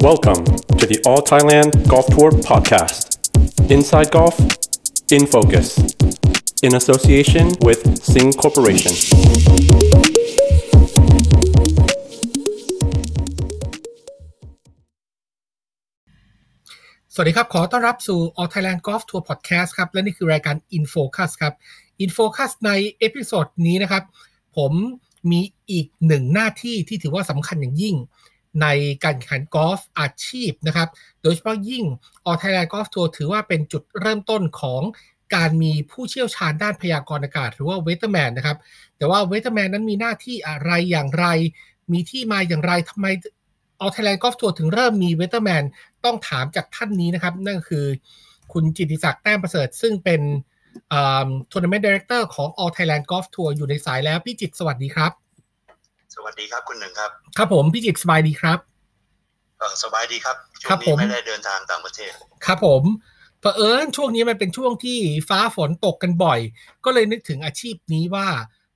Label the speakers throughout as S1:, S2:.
S1: Welcome to the All Thailand Golf Tour Podcast. Inside Golf, in focus, in association with Sing Corporation.
S2: สวัสดีครับ ขอต้อนรับสู่ All Thailand Golf Tour Podcast ครับ และนี่คือรายการ In Focus ครับ In Focus ในเอพิโซดนี้นะครับ ผมมีอีกหนึ่งหน้าที่ที่ถือว่าสำคัญอย่างยิ่ง ในการแข่งขันกอล์ฟอาชีพนะครับ โดยเฉพาะยิ่ง All Thailand Golf Tour ถือว่าเป็นจุดเริ่มต้นของการมีผู้เชี่ยวชาญด้านพยากรณ์อากาศ หรือว่า weatherman นะครับ แต่ว่า weatherman นั้นมีหน้าที่อะไรอย่างไร มีที่มาอย่างไรทำไม เอาไทยแลนด์กอล์ฟทัวร์ถึงเริ่มมีเวเตอร์แมนต้องถามจากท่านนี้นะครับ นั่นก็คือคุณจิติศักดิ์แต้มประเสริฐ ซึ่งเป็นทัวร์นาเมนต์ดีเรคเตอร์ของ All Thailand Golf Tour อยู่ในสายแล้ว พี่จิตสวัสดีครับ
S3: สวัสดีครับคุณหนึ่งครับ
S2: ครับผมพี่จิตสบายดีครับ
S3: เอ่อสบายดีครับช่ว
S2: ครับ
S3: ง
S2: ผ
S3: นี้
S2: ม
S3: ไม่ได้เดินทางต่างประเทศ
S2: ครับผมเผอิญช่วงนี้มันเป็นช่วงที่ฟ้าฝนตกกันบ่อย ก็เลยนึกถึงอาชีพนี้ว่า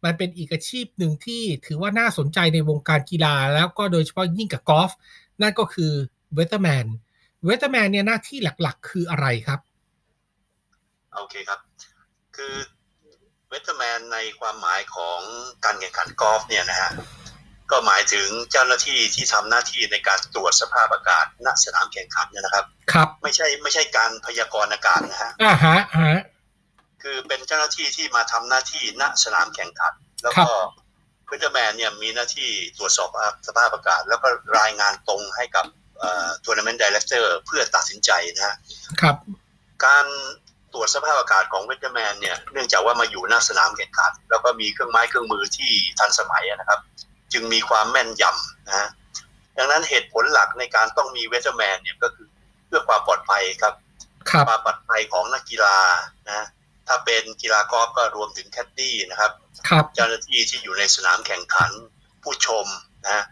S2: มันเป็นอีกอาชีพหนึ่งที่ถือว่าน่าสนใจในวงการกีฬา แล้วก็โดยเฉพาะยิ่งกับกอล์ฟนั่นก็คือเวทเทอร์แมนเวทเทอร์แมนเนี่ยหน้าที่หลักๆ คืออะไรครับ
S3: โอเคครับ คือเวทแมนในความหมายของการแข่งขันกอล์ฟเนี่ยนะฮะก็หมายถึงเจ้าหน้าที่ที่ทำหน้าที่ในการตรวจสภาพอากาศณสนามแข่งขันเนยนะครับ
S2: ครับ
S3: ไม่ใช่ไม่ใช่การพยากรณ์อากาศนะฮะ
S2: อ่าฮะอ่าฮะ
S3: คือเป็นเจ้าหน้าที่ที่มาทำหน้าที่ณสนามแข่งขัน แล้วก็เวทแมนเนี่ยมีหน้าที่ตรวจสอบสภาพอากาศ แล้วก็รายงานตรงให้กับทัวร์นาเมนต์ดีเลกเตอร์เพื่อตัดสินใจนะฮะ
S2: ครับ
S3: การตรวจสภาพอากาศของเวทแมนเนี่ยเนื่องจากว่ามาอยู่หน้าสนามแข่งขันแล้วก็มีเครื่องไม้เครื่องมือที่ทันสมัยอะนะครับ จึงมีความแม่นยำนะฮะดังนั้นเหตุผลหลักในการต้องมีเวทแมนเนี่ยก็คือเพื่อความปลอดภัยครับ
S2: ครับ
S3: ความปลอดภัยของนักกีฬานะถ้าเป็นกีฬากอล์ฟก็รวมถึงแคดดี้นะครับ
S2: ครับ
S3: เจ้าหน้าที่ที่อยู่ในสนามแข่งขันผู้ชมนะฮะ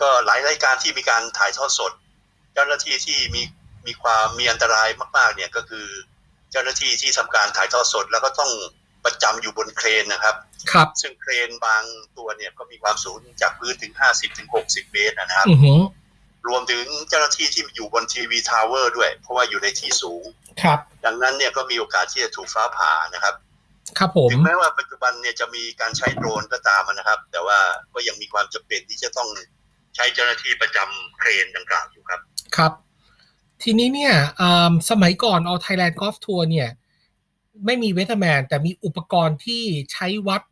S3: ก็หลายรายการที่มีการถ่ายทอดสด เจ้าหน้าที่ที่มีมีความมีอันตรายมากๆเนี่ยก็คือ เจ้าหน้าที่ที่ทำการถ่ายทอดสด แล้วก็ต้องประจำอยู่บนเครนนะครับ
S2: ครับ
S3: ซึ่งเครนบางตัวเนี่ยก็มีความสูงจากพื้นถึง 50ถึง60 เมตรนะครับ
S2: อือหือ
S3: รวมถึงเจ้าหน้าที่ที่อยู่บนทีวีทาวเวอร์ด้วย เพราะว่าอยู่ในที่สูง
S2: ครับ
S3: ดังนั้นเนี่ยก็มีโอกาสที่จะถูกฟ้าผ่านะครับ
S2: ครับผม
S3: ถึงแม้ว่าปัจจุบันเนี่ยจะมีการใช้โดรนก็ตามนะครับ แต่ว่าก็ยังมีความจำเป็นที่จะต้องใช้เจ้าหน้าที่ประจำเครนดังกล่าวอยู่ครับ
S2: ครับ ทีนี้เนี่ยเอิ่มสมัยก่อน All Thailand Golf Tour เนี่ย ไม่มีเวทแมน แต่มีอุปกรณ์ที่ใช้วัด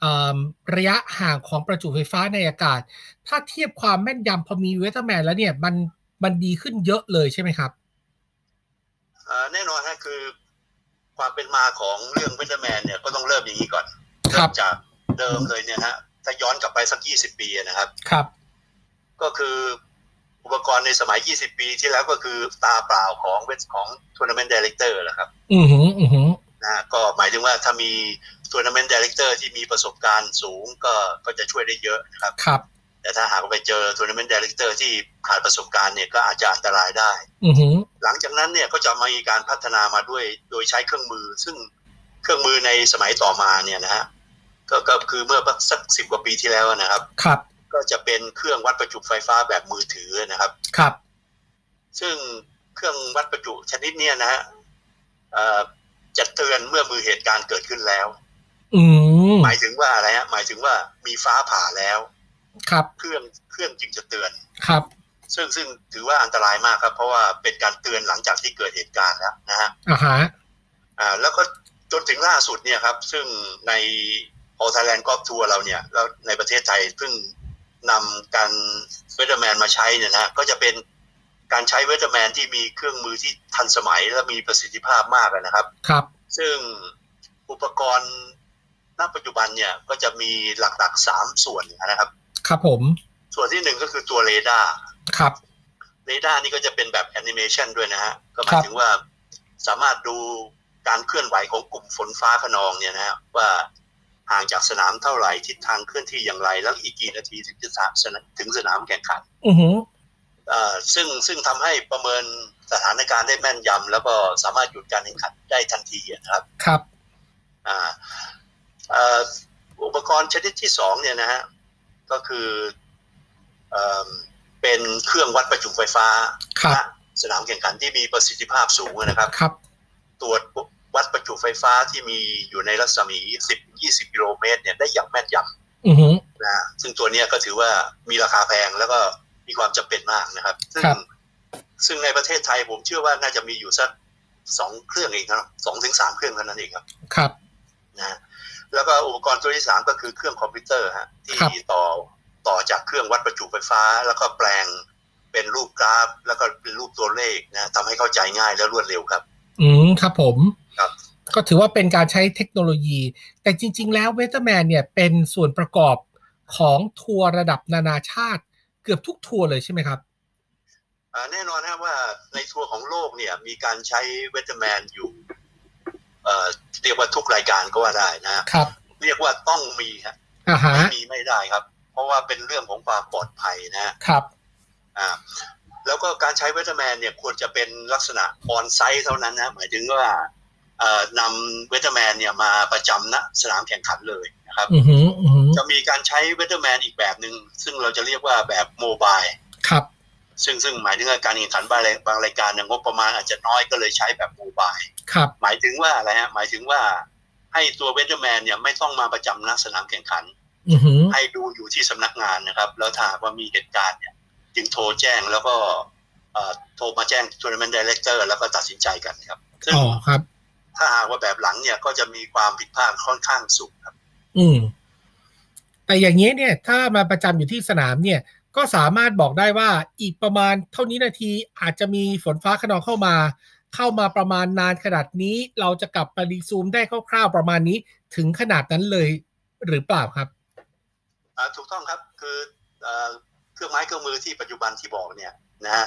S2: เอิ่มระยะห่างของประจุไฟฟ้าในอากาศ ถ้าเทียบความแม่นยำพอมีเวทแมนแล้วเนี่ย มัน มันดีขึ้นเยอะเลยใช่ไหมครับ
S3: เอ่อแน่นอนฮะคือความเป็นมาของเรื่องเวทแมนเนี่ยก็ต้องเริ่มอย่างนี้ก่อน
S2: ครับ
S3: เริ่มจากเดิมเลยเนี่ยฮะถ้าย้อนกลับไปสัก 20 ปีนะครับ
S2: ครับ
S3: ก็คืออุปกรณ์ในสมัย 20 ปีที่แล้วก็คือตาเปล่าของเวทของทัวร์นาเมนต์ดีเลกเตอร์แหละครับ
S2: อือหือ อือหือ
S3: นะฮะก็หมายถึงว่าถ้ามีทัวร์นาเมนต์ดีเลกเตอร์ที่มีประสบการณ์สูงก็ก็จะช่วยได้เยอะนะครับ
S2: ครับ
S3: แต่ถ้าหากว่าไปเจอทัวร์นาเมนต์ดีเลกเตอร์ที่ขาดประสบการณ์เนี่ยก็อาจจะอันตรายได้
S2: อือหือ
S3: หลังจากนั้นเนี่ยก็จะมีการพัฒนามาด้วยโดยใช้เครื่องมือ ซึ่งเครื่องมือในสมัยต่อมาเนี่ยนะฮะก็ก็คือเมื่อสักสิบกว่าปีที่แล้วนะครับ
S2: ครับ
S3: ก็จะเป็นเครื่องวัดประจุไฟฟ้าแบบมือถือนะครับ
S2: ครับ
S3: ซึ่งเครื่องวัดประจุชนิดเนี้นะฮะเอ่อจะเตือนเมื่อมือเหตุการณ์เกิดขึ้นแล้ว
S2: อืม
S3: หมายถึงว่าอะไรฮะหมายถึงว่ามีฟ้าผ่าแล้ว
S2: ครับ
S3: เครื่องเครื่องจึงจะเตือน
S2: ครับ
S3: ซึ่งซึ่งถือว่าอันตรายมากครับ เพราะว่าเป็นการเตือนหลังจากที่เกิดเหตุการณ์แล้วนะฮะ
S2: อ่าฮะ
S3: อ่าแล้วก็จนถึงล่าสุดเนี่ยครับ ซึ่งในออสเตรเลียกอล์ฟทัวร์เราเนี่ยแล้วในประเทศไทยเพิ่งนำการเวทแมนมาใช้เนี่ยนะฮะก็จะเป็นการใช้เวทแมนที่มีเครื่องมือที่ทันสมัยและมีประสิทธิภาพมากอะนะครับ
S2: ครับ
S3: ซึ่งอุปกรณ์ณปัจจุบันเนี่ยก็จะมีหลักๆสามส่วนนะครับ
S2: ครับผม
S3: ส่วนที่หนึ่งก็คือตัวเรดาร์
S2: ครับ
S3: เรดาร์นี่ก็จะเป็นแบบแอนิเมชันด้วยนะฮะ ก็ห
S2: ค
S3: มา
S2: รั
S3: ย
S2: บ
S3: ถึงว่าสามารถดูการเคลื่อนไหวของกลุ่มฝนฟ้าขนองเนี่ยนะฮะว่าห่างจากสนามเท่าไหร่ทิศทางเคลื่อนที่อย่างไร แล้วอีกกี่นาทีถึงจะสามสนามถึงสนามแข่งขัน
S2: อือหือ
S3: เอ่อซึ่งซึ่งทำให้ประเมินสถานการณ์ได้แม่นยำแล้วก็สามารถหยุดการแข่งขันได้ทันทีนะครับ
S2: ครับ
S3: อ่าเอ่ออุปกรณ์ชนิดที่สองเนี่ยนะฮะก็คือเอิ่มเ เป็นเครื่องวัดประจุไฟฟ้า
S2: ครับ
S3: ณสนามแข่งขันที่มีประสิทธิภาพสูงนะครับ
S2: ครับ
S3: ตรวจวัดประจุไฟฟ้าที่มีอยู่ในรัศมี 10-20 กิโลเมตรเนี่ยได้อย่างแม่นย
S2: อือหือ
S3: ำนะฮะซึ่งตัวเนี้ยก็ถือว่ามีราคาแพงแล้วก็มีความจำเป็นมากนะครับซึ่ง
S2: ครับ
S3: ซึ่งในประเทศไทยผมเชื่อว่าน่าจะมีอยู่สักสองเครื่องเองครับสองถึงสามเครื่องเท่านั้นเองครับ
S2: ครับ
S3: นะฮะแล้วก็อุปกรณ์ตัวที่สามก็คือเครื่องคอมพิวเตอร์ฮะที่
S2: ครับ
S3: ต่อต่อจากเครื่องวัดประจุไฟฟ้า แล้วก็แปลงเป็นรูปกราฟ แล้วก็เป็นรูปตัวเลขนะทำให้เข้าใจง่ายและรวดเร็วครับ
S2: อืมครับผม
S3: ครับ
S2: ก็ถือว่าเป็นการใช้เทคโนโลยี แต่จริง ๆ แล้วเว t ต r m a แมนเนี่ยเป็นส่วนประกอบของทัวร์ระดับนานาชาติ เกือบทุกทัวร์เลยใช่ไหมครับ
S3: อ่าแน่นอนฮะว่าในทัวร์ของโลกเนี่ยมีการใช้เวทแมนอยู่เอ่อเรียกว่าทุกรายการก็ว่าได้นะฮะ
S2: ครับ
S3: เรียกว่าต้องมีฮะ
S2: อ่าฮะ
S3: ไม่มีไม่ได้ครับ เพราะว่าเป็นเรื่องของความปลอดภัยนะฮะ
S2: ครับ
S3: อ่าแล้วก็การใช้เวทแมนเนี่ยควรจะเป็นลักษณะออนไซต์เท่านั้นนะหมายถึงว่าเอ่อนำเวทแมนเนี่ยมาประจำณสนามแข่งขันเลยนะครับ
S2: อือหืออือหือ
S3: จะมีการใช้เวทแมนอีกแบบหนึ่งซึ่งเราจะเรียกว่าแบบโมบาย
S2: ครับ
S3: ซึ่งซึ่งหมายถึงว่าการแข่งขันบางรายบางรายการเนี่ยงบประมาณอาจจะน้อยก็เลยใช้แบบโมบาย
S2: ครับ
S3: หมายถึงว่าอะไรฮะหมายถึงว่าให้ตัวเวทแมนเนี่ยไม่ต้องมาประจำณสนามแข่งขัน
S2: อือหือ
S3: ให้ดูอยู่ที่สำนักงานนะครับ แล้วถ้าหากว่ามีเหตุการณ์เนี่ย จึงโทรแจ้งแล้วก็เอ่อโทรมาแจ้งทัวร์นาเมนต์ดีเลกเตอร์แล้วก็ตัดสินใจกันครับ ซึ่ง
S2: อ๋อครับ
S3: ถ้าหากว่าแบบหลังเนี่ยก็จะมีความผิดพลาดค่อนข้างสูงครับ
S2: อืม แต่อย่างนี้ยเนี่ย ถ้ามาประจำอยู่ที่สนามเนี่ย ก็สามารถบอกได้ว่าอีกประมาณเท่านี้นาทีอาจจะมีฝนฟ้าขนองเข้ามา เข้ามาประมาณนานขนาดนี้ เราจะกลับมารีซูมได้คร่าวๆประมาณนี้ถึงขนาดนั้นเลยหรือเปล่าครับ
S3: อ่าถูกต้องครับคือเอ่อเครื่องไม้เครื่องมือที่ปัจจุบันที่บอกเนี่ยนะฮะ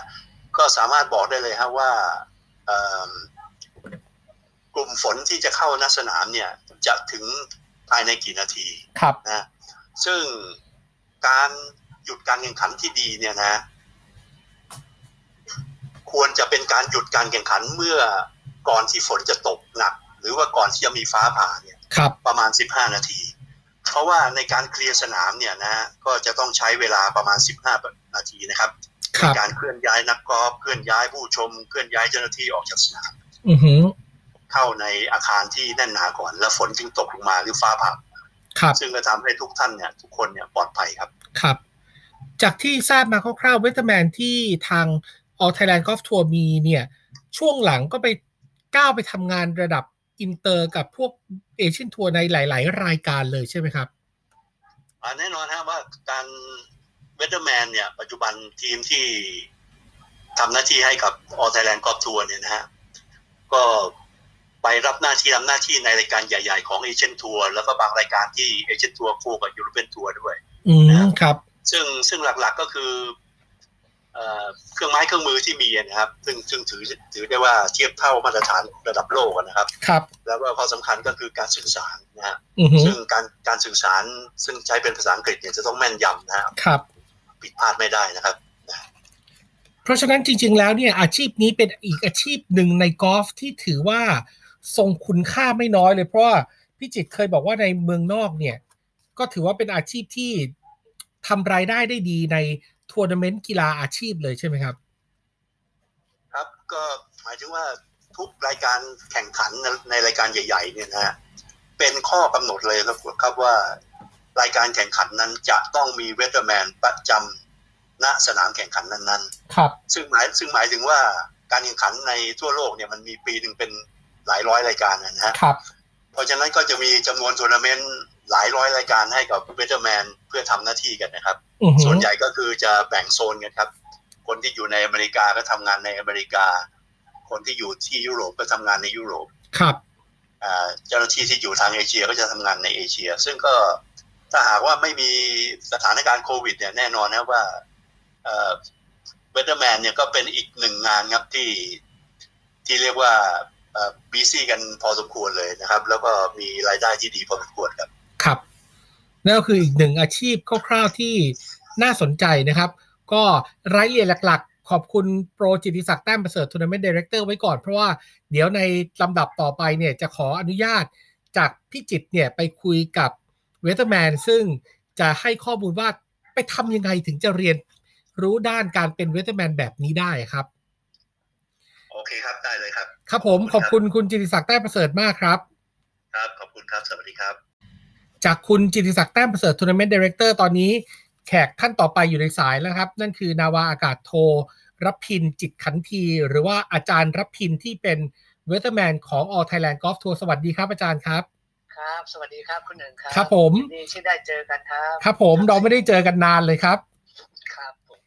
S3: ก็สามารถบอกได้เลยครับว่าเอิ่มกลุ่มฝนที่จะเข้าหน้าสนามเนี่ยจะถึงภายในกี่นาที
S2: ครับ
S3: นะซึ่งการหยุดการแข่งขันที่ดีเนี่ยนะ ควรจะเป็นการหยุดการแข่งขันเมื่อก่อนที่ฝนจะตกหนัก หรือว่าก่อนที่จะมีฟ้าผ่าเนี่ย
S2: ครับ
S3: ประมาณ 15 นาที เพราะว่าในการเคลียร์สนามเนี่ยนะ ก็จะต้องใช้เวลาประมาณ 15 นาทีนะครับ
S2: ครับ
S3: การเคลื่อนย้ายนักกอล์ฟเคลื่อนย้ายผู้ชมเคลื่อนย้ายเจ้าหน้าที่ออกจากสนาม
S2: อือหือ
S3: เข้าในอาคารที่แน่นหนาก่อนแล้วฝนจึงตกลงมาหรือฟ้าผ่า
S2: ครับ
S3: ซึ่งก็ทำให้ทุกท่านเนี่ยทุกคนเนี่ยปลอดภัยครับ
S2: ครับ จากที่ทราบมาคร่าวๆเวทแมนที่ทางออไทยแลนด์กอล์ฟทัวร์มีเนี่ย ช่วงหลังก็ไปก้าวไปทำงานระดับอินเตอร์กับพวกเอเชียนทัวร์ในหลาย ๆ รายการเลยใช่ไหมครับ
S3: อ่าแน่นอนฮะว่าการเวทเ e อร์แมนเนี่ย ปัจจุบันทีมที่ทำหน้าที่ให้กับออไทยแลนด์กอล์ฟทัวร์เนี่ยนะฮะ ก็ไปรับหน้าที่ทำหน้าที่ในรายการใหญ่ๆของเอเชียนทัวร์แล้วก็บางรายการที่เอเชียนทัวร์คู่กับยูโรเปียนทัวร์ด้วย
S2: อืม ครับ
S3: ซึ่งซึ่งหลักๆก็คือเอ่อเครื่องไม้เครื่องมือที่มีนะครับ ซึ่งซึ่งถือถือได้ว่าเทียบเท่ามาตรฐานระดับโลกนะครับ
S2: ครับ
S3: แล้วก็ความสำคัญก็คือการสื่อสารนะฮะ
S2: อือหือ
S3: ซึ่งการการสื่อสารซึ่งใช้เป็นภาษาอังกฤษเนี่ยจะต้องแม่นยำนะฮะ
S2: ครับ
S3: ผิดพลาดไม่ได้นะครับ
S2: เพราะฉะนั้นจริง ๆ แล้วเนี่ยอาชีพนี้เป็นอีกอาชีพหนึ่งในกอล์ฟที่ถือว่าทรงคุณค่าไม่น้อยเลย เพราะว่าพี่จิตรเคยบอกว่าในเมืองนอกเนี่ย ก็ถือว่าเป็นอาชีพที่ทำรายได้ได้ดีในทัวร์นาเมนต์กีฬาอาชีพเลยใช่ไหมครับ
S3: ครับก็หมายถึงว่าทุกรายการแข่งขันในในรายการใหญ่ๆเนี่ยนะฮะเป็นข้อกำหนดเลยครับครับว่ารายการแข่งขันนั้นจะต้องมีเวทแมนประจำณสนามแข่งขันนั้น
S2: ครับ
S3: ๆ ซึ่งหมายซึ่งหมายถึงว่าการแข่งขันในทั่วโลกเนี่ยมันมีปีหนึ่งเป็นหลายร้อยรายการนะฮะ
S2: ครับ
S3: เพราะฉะนั้นก็จะมีจำนวนทัวร์นาเมนต์หลายร้อยรายการให้กับเวทแมนเพื่อทำหน้าที่กันนะครับ
S2: อือหือ
S3: ส่วนใหญ่ก็คือจะแบ่งโซนกันครับ คนที่อยู่ในอเมริกาก็ทำงานในอเมริกา คนที่อยู่ที่ยุโรปก็ทำงานในยุโรป
S2: ครับ
S3: อ่าเจ้าหน้าที่ที่อยู่ทางเอเชียก็จะทำงานในเอเชีย ซึ่งก็ถ้าหากว่าไม่มีสถานการณ์โควิดเนี่ยแน่นอนนะว่าเบเตอร์แมนเนี่ยก็เป็นอีกหนึ่งงานครับที่ที่เรียกว่าบีซี่อ busy กันพอสมควรเลยนะครับ แล้วก็มีรายได้ที่ดีพอสมควรครับ
S2: ครับนั่นก็คืออีกหนึ่งอาชีพคร่าวๆที่น่าสนใจนะครับ ก็รายละเอียดหลักๆ ขอบคุณโปรจิติศักดิ์แต้มประเสริฐทัวร์นาเมนต์ดีเรคเตอร์ไว้ก่อน เพราะว่าเดี๋ยวในลำดับต่อไปเนี่ยจะขออนุญาตจากพี่จิตรเนี่ยไปคุยกับเวทแมนซึ่งจะให้ข้อมูลว่าไปทำยังไงถึงจะเรียน รู้ด้านการเป็นเวทแมนแบบนี้ได้ครับ
S3: โอเคครับได้เลยครับ
S2: ครับผมขอบคุณคุณจิติศักดิ์แต้ประเสริฐมากครับ
S3: ครับ ขอบคุณครับ สวัสดีครับ
S2: จากคุณจิติศักดิ์แต้มประเสริฐทัวร์นาเมนต์ดีเรคเตอร์ตอนนี้แขกท่านต่อไปอยู่ในสายแล้วครับ นั่นคือนาวาอากาศโทรับพินจิตขันที หรือว่าอาจารย์รับพินที่เป็นเวทแมนของ All Thailand Golf Tour สวัสดีครับอาจารย์ครับ
S4: ครับ สวัสดีครับคุณหนึ่งครับ
S2: ครับผม
S4: ยินดีที่ได้เจอกันครับ
S2: ครับผมเราไม่ได้เจอกันนานเลยครับ
S4: ครับผม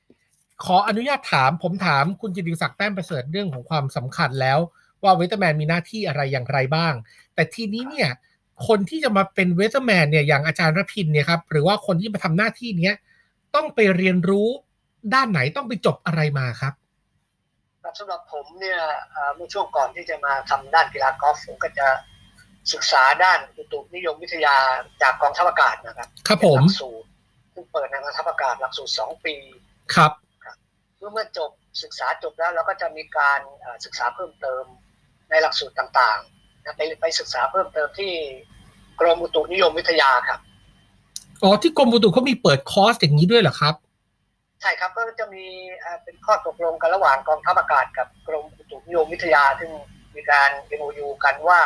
S2: ขออนุญาตถามผมถามคุณจิติศักดิ์แต้มประเสริฐเรื่องของความสำคัญแล้ว ว่าเวทแมนมีหน้าที่อะไรอย่างไรบ้าง แต่ทีนี้เนี่ยคนที่จะมาเป็นเวทแมนเนี่ยอย่างอาจารย์รพินเนี่ยครับหรือว่าคนที่มาทำหน้าที่เนี้ยต้องไปเรียนรู้ด้านไหนต้องไปจบอะไรมาครับ
S4: ครับสำหรับผมเนี่ยเอ่อเมื่อช่วงก่อนที่จะมาทำด้านกีฬากอล์ฟผมก็จะศึกษาด้านอุตุนิยมวิทยาจากกองทัพอากาศนะครับ
S2: ครับผม
S4: เป็นหลักสูตรซึ่งเปิดในกองทัพอากาศหลักสูตรสองปี
S2: ครับ
S4: เมื่อเมื่อจบศึกษาจบแล้วเราก็จะมีการเอ่อศึกษาเพิ่มเติมในหลักสูตรต่างๆนะไปไปศึกษาเพิ่มเติมที่กรมอุตุนิยมวิทยาครับ
S2: อ๋อที่กรมอุตุเขามีเปิดคอร์สอย่างนี้ด้วยเหรอครับ
S4: ใช่ครับก็จะมีเอ่อเป็นข้อตกลงกันระหว่างกองทัพอากาศกับกรมอุตุนิยมวิทยา ซึ่งมีการ MOU กันว่า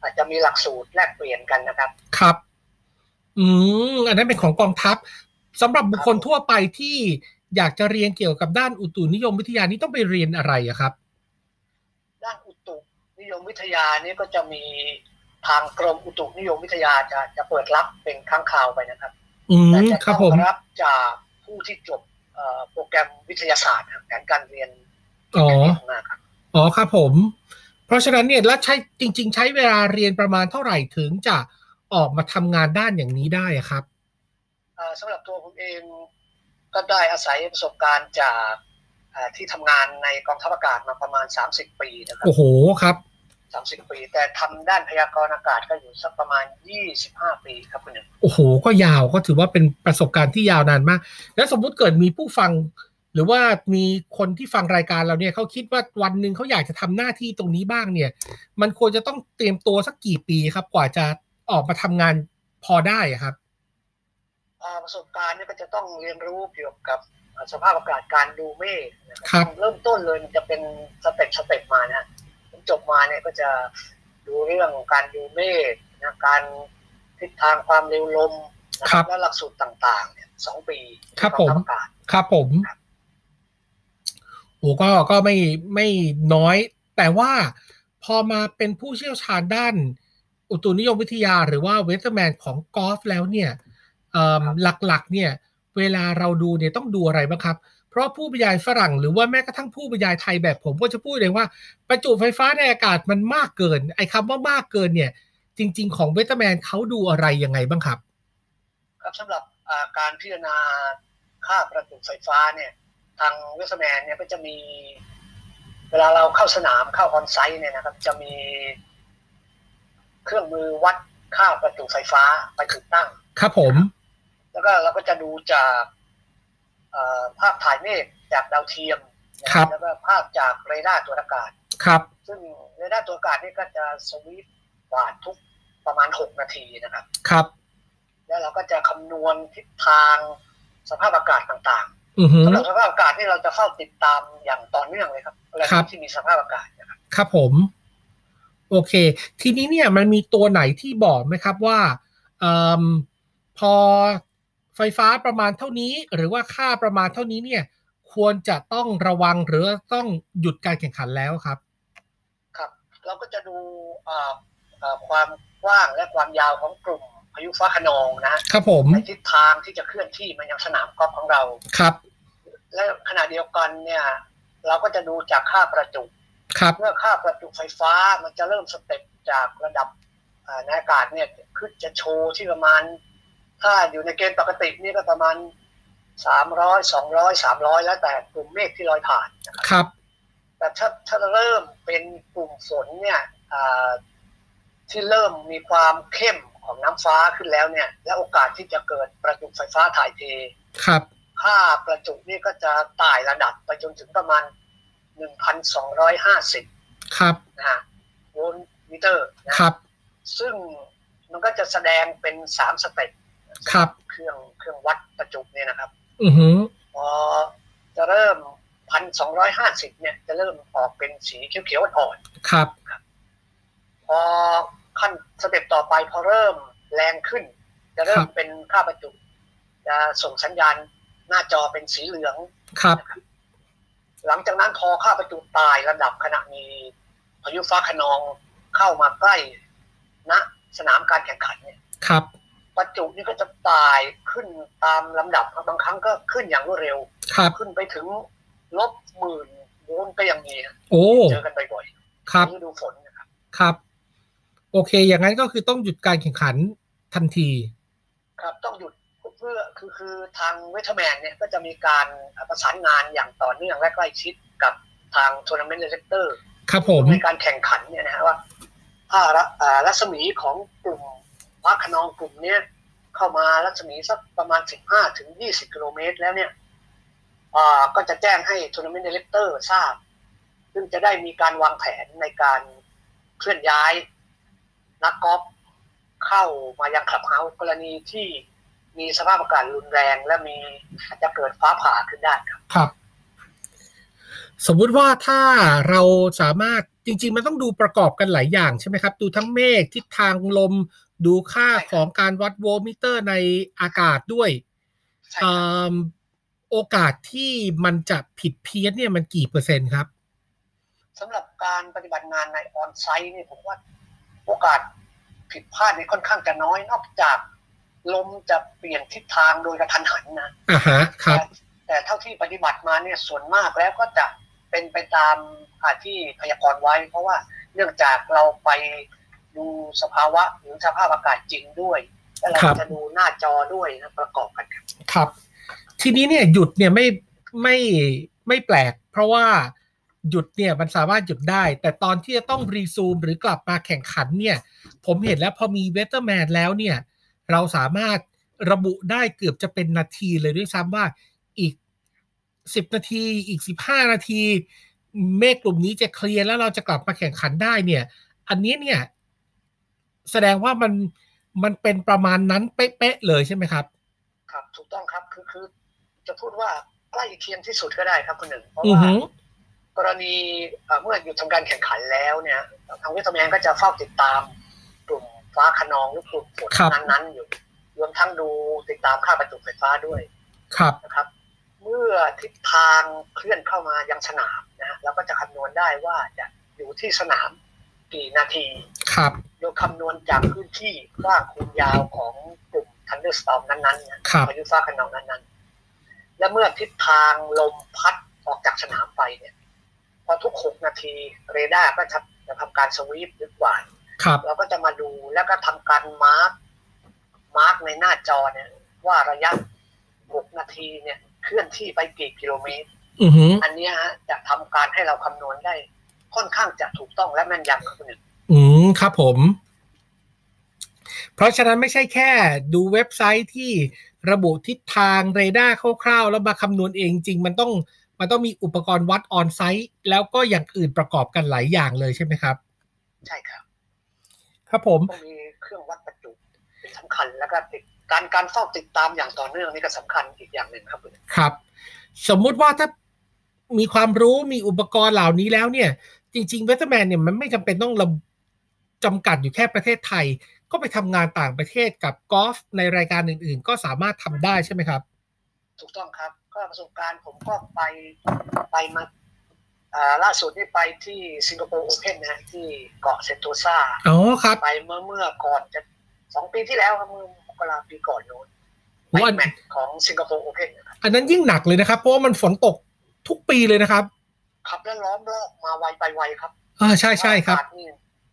S4: อาจจะมีหลักสูตรแลกเปลี่ยนกันนะครับ
S2: ครับ อืม อันนั้นเป็นของกองทัพสำหรับบุคคลทั่วไปที่อยากจะเรียนเกี่ยวกับด้านอุตุนิยมวิทยานี่ต้องไปเรียนอะไรอะครับ
S4: ด้านอุตุนิยมวิทยานี่ก็จะมีทางกรมอุตุนิยมวิทยาจะจะเปิดรับเป็นครั้งคราวไปนะครับ
S2: อื
S4: แต่
S2: ม
S4: จะ
S2: ครับผ
S4: ต้อ
S2: ม
S4: งรับจากผู้ที่จบเอ่อโปรแกรมวิทยาศาสตร์นะครับแผนการเรียน
S2: อ๋อ
S4: นะครับ
S2: อ๋อครับผม เพราะฉะนั้นเนี่ยแล้วใช้จริง ๆ ใช้เวลาเรียนประมาณเท่าไหร่ถึงจะออกมาทำงานด้านอย่างนี้ได้อะครับ
S4: เอ่อสำหรับตัวผมเองก็ได้อาศัยประสบการณ์จากเอ่อที่ทำงานในกองทัพอากาศมาประมาณ 30 ปีนะครับ
S2: โอ้โหครับ
S4: สามสิบปี แต่ทำด้านพยากรณ์อากาศก็อยู่สักประมาณยี่สิบห้าปีครับคุณหนึ่ง
S2: โอ้โห ก็ยาวก็ถือว่าเป็นประสบการณ์ที่ยาวนานมาก แล้วสมมุติเกิดมีผู้ฟัง หรือว่ามีคนที่ฟังรายการเราเนี่ยเขาคิดว่าวันหนึ่งเขาอยากจะทำหน้าที่ตรงนี้บ้างเนี่ย มันควรจะต้องเตรียมตัวสักกี่ปีครับ กว่าจะออกมาทำงานพอได้อะครับ
S4: อ่าประสบการณ์เนี่ยก็จะต้องเรียนรู้เกี่ยวกับอ่าสภาพอากาศการดูเมฆนะค
S2: ครั
S4: รับ เริ่มต้นเลยมันจะเป็นสเต็ปสเต็ปมานะผมจบมาเนี่ยก็จะดูเรื่องการดูเมฆนะการทิศทางความเร็วลมนะครับ และหลักสูตรต่างๆเนี่ยสองปี
S2: ครับ
S4: ของ
S2: ผม
S4: ทัพอากาศ
S2: ครับผม
S4: ครับ
S2: โอ้ก็ก็ไม่ไม่น้อย แต่ว่าพอมาเป็นผู้เชี่ยวชาญด้าน อุตุนิยมวิทยาหรือว่าเวสต์แมนของกอล์ฟแล้วเนี่ยเอิ่ม
S4: ครับ
S2: หลักๆ เนี่ย เวลาเราดูเนี่ยต้องดูอะไรบ้างครับ เพราะผู้บรรยายฝรั่งหรือว่าแม้กระทั่งผู้บรรยายไทยแบบผมก็จะพูดเลยว่า ประจุไฟฟ้าในอากาศมันมากเกิน ไอ้คำว่ามากเกินเนี่ย จริง ๆ ของเวสต์แมนเขาดูอะไรยังไงบ้างครับ
S4: ครับสำหรับอ่าการพิจารณาค่าประจุไฟฟ้าเนี่ย ทางเวสแมนเนี่ยก็จะมี เวลาเราเข้าสนามเข้าออนไซต์เนี่ยนะครับ จะมีเครื่องมือวัดค่าประจุไฟฟ้าไปติดตั้ง
S2: ครับผม
S4: แล้วก็เราก็จะดูจากเอ่อภาพถ่ายเมฆจากดาวเทียมนะครับ แล้วก็ภาพจากเรดาร์ตรวจอากาศ
S2: ครับ
S4: ซึ่งเรดาร์ตรวจอากาศนี่ก็จะสวีปกวาดทุกประมาณหกนาทีนะครับ
S2: ครับ
S4: แล้วเราก็จะคำนวณทิศทางสภาพอากาศต่าง
S2: อือหือ
S4: ๆสำหรับสภาพอากาศนี่เราจะเฝ้าติดตามอย่างต่อเนื่องเลยครับแหล่ง
S2: ครับ
S4: ที่มีสภาพอากาศนะครับ
S2: ครับผม โอเค ทีนี้เนี่ยมันมีตัวไหนที่บอกไหมครับว่าเอมพอไฟฟ้าประมาณเท่านี้ หรือว่าค่าประมาณเท่านี้เนี่ย ควรจะต้องระวังหรือต้องหยุดการแข่งขันแล้วครับ
S4: ครับ เราก็จะดูเอ่อเอ่อความกว้างและความยาวของกลุ่มพายุฟ้าคะนองนะฮะ
S2: ครับผม
S4: ในทิศทางที่จะเคลื่อนที่มายังสนามกอล์ฟของเรา
S2: ครับ
S4: และขณะเดียวกันเนี่ย เราก็จะดูจากค่าประจุ
S2: ครับ
S4: เมื่อค่าประจุไฟฟ้ามันจะเริ่มสเต็ปจากระดับเอ่อในอากาศเนี่ยขึ้นจะโชว์ที่ประมาณ ถ้าอยู่ในเกณฑ์ปกตินี่ก็ประมาณสามร้อยสองร้อยสามร้อยแล้วแต่กลุ่มเมฆที่ลอยผ่านนะครับ
S2: ครับ
S4: แต่ถ้าถ้าเริ่มเป็นกลุ่มฝนเนี่ยเอ่อที่เริ่มมีความเข้มของน้ำฟ้าขึ้นแล้วเนี่ย และโอกาสที่จะเกิดประจุไฟฟ้าถ่ายเท
S2: ครับ
S4: ค่าประจุนี่ก็จะไต่ระดับไปจนถึงประมาณหนึ่งพันสองร้อยห้าสิบ
S2: ครับ
S4: นะฮะโวลต์มิเตอร์นะครับซึ่งมันก็จะแสดงเป็นสามสเต็ป
S2: ครับ
S4: เครื่องเครื่องวัดประจุเนี่ยนะครับ
S2: อือหือ
S4: พอ 250 เนี่ยจะเริ่มออกเป็นสีเขียวๆอ่อน
S2: ครับ
S4: ๆพอขั้นสเต็ปต่อไปพอเริ่มแรงขึ้น จะเริ่
S2: ครั
S4: ม
S2: บ
S4: เป็นค่าประจุจะส่งสัญญาณหน้าจอเป็นสีเหลือง
S2: ครับ
S4: หลังจากนั้นพอค่าประจุตายระดับขณะมีพายุฟ้าคะนองเข้ามาใกล้ณสนามการแข่งขันเนี่ย
S2: ครับ
S4: ประจุนี่ก็จะตายขึ้นตามลำดับบางครั้งก็ขึ้นอย่างรวดเร็ว
S2: ครับ
S4: ขึ้นไปถึงลบหมื่นโวลต์ก็ยังมีนะ
S2: โอ้
S4: เจอกันบ่อยๆ
S2: ครับ
S4: ในฤดูฝนนะครับ
S2: ครับ โอเค อย่างนั้นก็คือต้องหยุดการแข่งขันทันที
S4: ครับต้องหยุดเพื่อคือคือทางเวทแมนเนี่ยก็จะมีการประสานงานอย่างต่อเนื่องและใกล้ชิดกับทางทัวร์นาเมนต์เลเตอร์
S2: ครับผม
S4: ในการแข่งขันเนี่ยนะฮะว่าถ้ารัอ่ารัศมีของกลุ่มพักขนองกลุ่มเนี้ยเข้ามารัศมีสักประมาณ 15 ถึง 20 กิโลเมตรแล้วเนี่ยอ่าก็จะแจ้งให้ทัวร์นาเมนต์ดีเลกเตอร์ทราบ ซึ่งจะได้มีการวางแผนในการเคลื่อนย้าย นักกอล์ฟเข้ามายังคลับเฮาส์กรณีที่มีสภาพอากาศรุนแรง และมีอาจจะเกิดฟ้าผ่าขึ้นได้ครับ
S2: ครับ สมมุติว่าถ้าเราสามารถจริง ๆ มันต้องดูประกอบกันหลายอย่างใช่ไหมครับ ดูทั้งเมฆทิศทางลม ดูค่าของการวัดโวลต์มิเตอร์ในอากาศด้วย
S4: ใช่
S2: เอ
S4: ครับ
S2: มโอกาสที่มันจะผิดเพี้ยนเนี่ยมันกี่เปอร์เซ็นต์ครับ
S4: สำหรับการปฏิบัติงานในออนไซต์เนี่ยผมว่า โอกาสผิดพลาดเนี่ยค่อนข้างจะน้อยนอกจากลมจะเปลี่ยนทิศทางโดยกระทันหันนะ
S2: อ่าฮะ ครับ
S4: แต่แต่เท่าที่ปฏิบัติมาเนี่ยส่วนมากแล้วก็จะเป็นไปตามอ่าที่พยากรณ์ไว้ เพราะว่าเนื่องจากเราไปดูสภาวะหรือสภาพอากาศจริงด้วยและเรา
S2: ครับ
S4: จะดูหน้าจอด้วยนะประกอบกันครับ
S2: ครับ ทีนี้เนี่ยหยุดเนี่ยไม่ไม่ไม่แปลก เพราะว่าหยุดเนี่ยมันสามารถหยุดได้ แต่ตอนที่จะต้องรีซูมหรือกลับมาแข่งขันเนี่ย ผมเห็นแล้วพอมีเวเตอร์แมนแล้วเนี่ย เราสามารถระบุได้เกือบจะเป็นนาทีเลยด้วยซ้ำว่าอีก 10 นาทีอีก 15 นาที เมฆกลุ่มนี้จะเคลียร์แล้วเราจะกลับมาแข่งขันได้เนี่ย อันนี้เนี่ย แสดงว่ามันมันเป็นประมาณนั้นเป๊ะๆเลยใช่ไหมครับ
S4: ครับ ถูกต้องครับคือคือจะพูดว่าใกล้เคียงที่สุดก็ได้ครับคุณหนึ่งเพราะ
S2: อือ
S4: ว่า
S2: หือ
S4: กรณีเอ่อเมื่อหยุดทำการแข่งขันแล้วเนี่ยทางเวิทยาแมนก็จะเฝ้าติดตามกลุ่มฟ้าขนองหรือกลุ่มฝน
S2: ครับ
S4: นั้นๆอยู่รวมทั้งดูติดตามค่าประจุไฟฟ้าด้วย
S2: ครับ
S4: นะครับ เมื่อทิศทางเคลื่อนเข้ามายังสนามนะฮะเราก็จะคำนวณได้ว่าจะอยู่ที่สนามกี่นาที
S2: ครับ
S4: โดยคำนวณจากพื้นที่กว้างคูณยาวของกลุ่มทันเดอร์สตอมนั้นๆนะ
S2: ครับ
S4: พายุฟ้าคะนองนั้นๆ และเมื่อทิศทางลมพัดออกจากสนามไปเนี่ย พอทุกหกนาทีเรดาร์ก็จะจะทำการสวีปหรือกวาด
S2: ครับ
S4: เราก็จะมาดูแล้วก็ทำการมาร์กมาร์กในหน้าจอเนี่ย ว่าระยะหกนาทีเนี่ยเคลื่อนที่ไปกี่กิโลเมตร
S2: อือหือ
S4: อันเนี้ยฮะจะทำการให้เราคำนวณได้ ค่อนข้างจะถูกต้องและแม่นยำครับคุณหนึ่ง
S2: อืม ครับผม เพราะฉะนั้นไม่ใช่แค่ดูเว็บไซต์ที่ระบุทิศทางเรดาร์คร่าวๆ แล้วมาคำนวณเองจริง มันต้อง มันต้องมีอุปกรณ์วัดออนไซต์ แล้วก็อย่างอื่นประกอบกันหลายอย่างเลยใช่ไหมครับ
S4: ใช่ครับ
S2: ครับผม
S4: ต้องมีเครื่องวัดประจุเป็นสำคัญแล้วก็ติดการการเฝ้าติดตามอย่างต่อเนื่องนี่ก็สำคัญอีกอย่างหนึ่งครับคุณ
S2: ครับ สมมุติว่าถ้ามีความรู้มีอุปกรณ์เหล่านี้แล้วเนี่ย จริงๆเวสต์แมนเนี่ยมันไม่จำเป็นต้องระจำกัดอยู่แค่ประเทศไทย ก็ไปทำงานต่างประเทศกับกอล์ฟในรายการอื่นๆ ก็สามารถทำได้ใช่ไหมครับ
S4: ถูกต้องครับ ก็ประสบการณ์ผมก็ไปไปมาอ่าล่าสุดนี่ไปที่สิงคโปร์โอเพนนะฮะที่เกาะเซนโตซา
S2: อ๋อครับ
S4: ไปเมื่อเมื่อก่อนจะสองปีที่แล้วครับเมื่อมกราปีก่อนโน้นไป
S2: วัน
S4: แมตช์ของสิงคโปร์โอเพนะครับ
S2: อันนั้นยิ่งหนักเลยนะครับ เพราะว่ามันฝนตกทุกปีเลยนะครับ
S4: ขับแล้วล้อมรอบมาไวไปไวครับ
S2: อ่าใช่ใช่ครับ
S4: อากาศนี่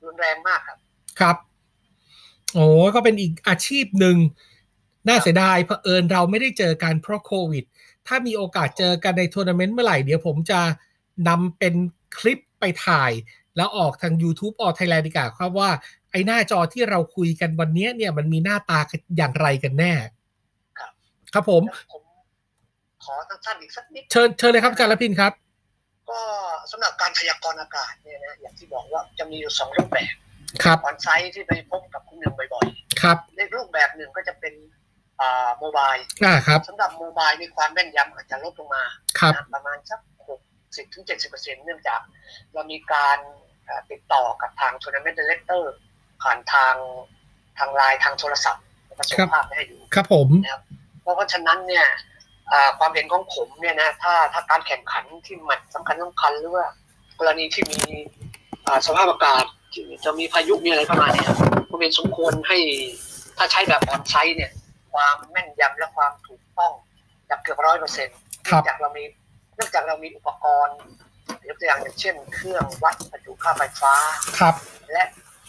S4: รุนแรงมากครับ
S2: ครับโอ้ก็เป็นอีกอาชีพหนึ่งน่าเสียดายเผอิญเราไม่ได้เจอกันเพราะโควิด ถ้ามีโอกาสเจอกันในทัวร์นาเมนต์เมื่อไหร่ เดี๋ยวผมจะนำเป็นคลิปไปถ่าย แล้วออกทาง YouTube All Thailand ดีกว่าครับว่า ไอ้หน้าจอที่เราคุยกันวันเนี้ยเนี่ยมันมีหน้าตาอย่างไรกันแน่
S4: ครับ
S2: ครับผม
S4: แล้วผมขอสั้นๆอีกสักนิด
S2: เชิญเชิญเลยครับอาจารย์ละพินครับ
S4: ก็สำหรับการพยากรณ์อากาศเนี่ยนะอย่างที่บอกว่าจะมีอยู่สองรูปแบบ
S2: ครับ
S4: ออนไซต์ที่ไปพบกับคุณหนึ่งบ่อยๆ
S2: ครับ
S4: ในรูปแบบหนึ่งก็จะเป็นอ่าโมบาย
S2: อ่าครับ
S4: สำหรับโมบายมีความแม่นยำอาจจะลดลงมา
S2: ครับ
S4: นะประมาณสักหก สิบถึงเจ็ดสิบเปอร์เซ็นเนื่องจากเรามีการเอ่อติดต่อกับทางทัวร์นาเมนต์เดเลเตอร์ผ่านทางทางไลน์ทางโทรศัพท์แล้วก็ส่ง
S2: ครับ
S4: ภาพไปให้ดู
S2: ครับผม
S4: เพราะฉะนั้นเนี่ยอ่าความเห็นของผมเนี่ยนะถ้าถ้าการแข่งขันที่มันสำคัญสำคัญหรือว่ากรณีที่มีอ่าสภาพอากาศที่จะมีพายุมีอะไรประมาณเนี้ยผมเห็นสมควรให้ถ้าใช้แบบออนไซต์เนี่ย ความแม่นยำและความถูกต้องจากเกือบร้อยเปอร์เซ็นต์
S2: ครับ
S4: จากเรามีเนื่องจากเรามีอุปกรณ์ยกตัวอย่างอย่างเช่น เครื่องวัดประจุค่าไฟฟ้า
S2: ครับ
S4: และ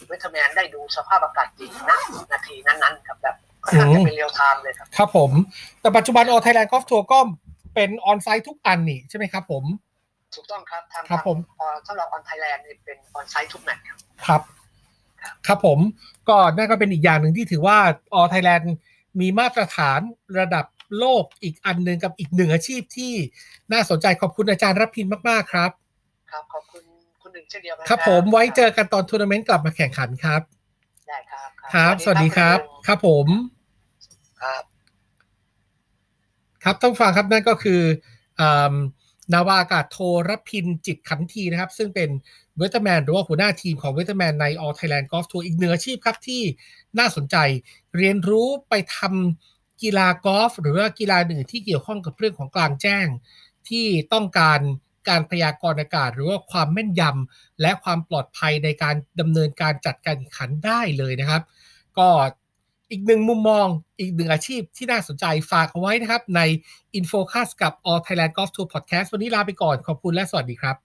S4: เวทแมนได้ดูสภาพอากาศจริงนะนาทีนั้นๆครับแบบค่อนข้างจะเป็นเรียลไทม์เลยครับ
S2: ครับผม แต่ปัจจุบันออไทยแลนด์กอล์ฟทัวร์ก็เป็นออนไซต์ทุกอันนี่ใช่ไหมครับผม
S4: ถูกต้องครับทาง
S2: ครับผม
S4: เอ่อสำหรับออนไทยแลนด์นี่เป็นออนไซต์ทุกแมตช์ครับ
S2: ครับ ครับผม ก็นั่นก็เป็นอีกอย่างหนึ่งที่ถือว่าออไทยแลนด์มีมาตรฐานระดับโลกอีกอันหนึ่งกับอีกหนึ่งอาชีพที่น่าสนใจขอบคุณอาจารย์รับพินมาก ๆ ครับ
S4: ครับ ขอบคุณคุณหนึ่งเช่นเดียวกัน
S2: ครับผมไว้เจอกันตอนทัวร์นาเมนต์กลับมาแข่งขันครับ
S4: ได้ครับ
S2: ครับ สวัสดีครับ
S4: ณหนึ่ง
S2: ครับผม
S4: ครับ
S2: ครับท่านผู้ฟังครับนั่นก็คืออำนาวาอากาศโทรพินจิตขันทีนะครับ ซึ่งเป็นเวทแมนหรือว่าหัวหน้าทีมของเวทแมนใน All Thailand Golf Tour อีกหนึ่งอาชีพครับที่น่าสนใจเรียนรู้ไปทำกีฬากอล์ฟหรือว่ากีฬาอื่นที่เกี่ยวข้องกับเรื่องของกลางแจ้ง ที่ต้องการการพยากรณ์อากาศ หรือว่าความแม่นยำและความปลอดภัยในการดำเนินการจัดการแข่งขันได้เลยนะครับ ก็อีกหนึ่งมุมมองอีกหนึ่งอาชีพที่น่าสนใจฝากเอาไว้นะครับใน InFocus กับ All Thailand Golf Tour Podcast วันนี้ลาไปก่อน ขอบคุณและสวัสดีครับ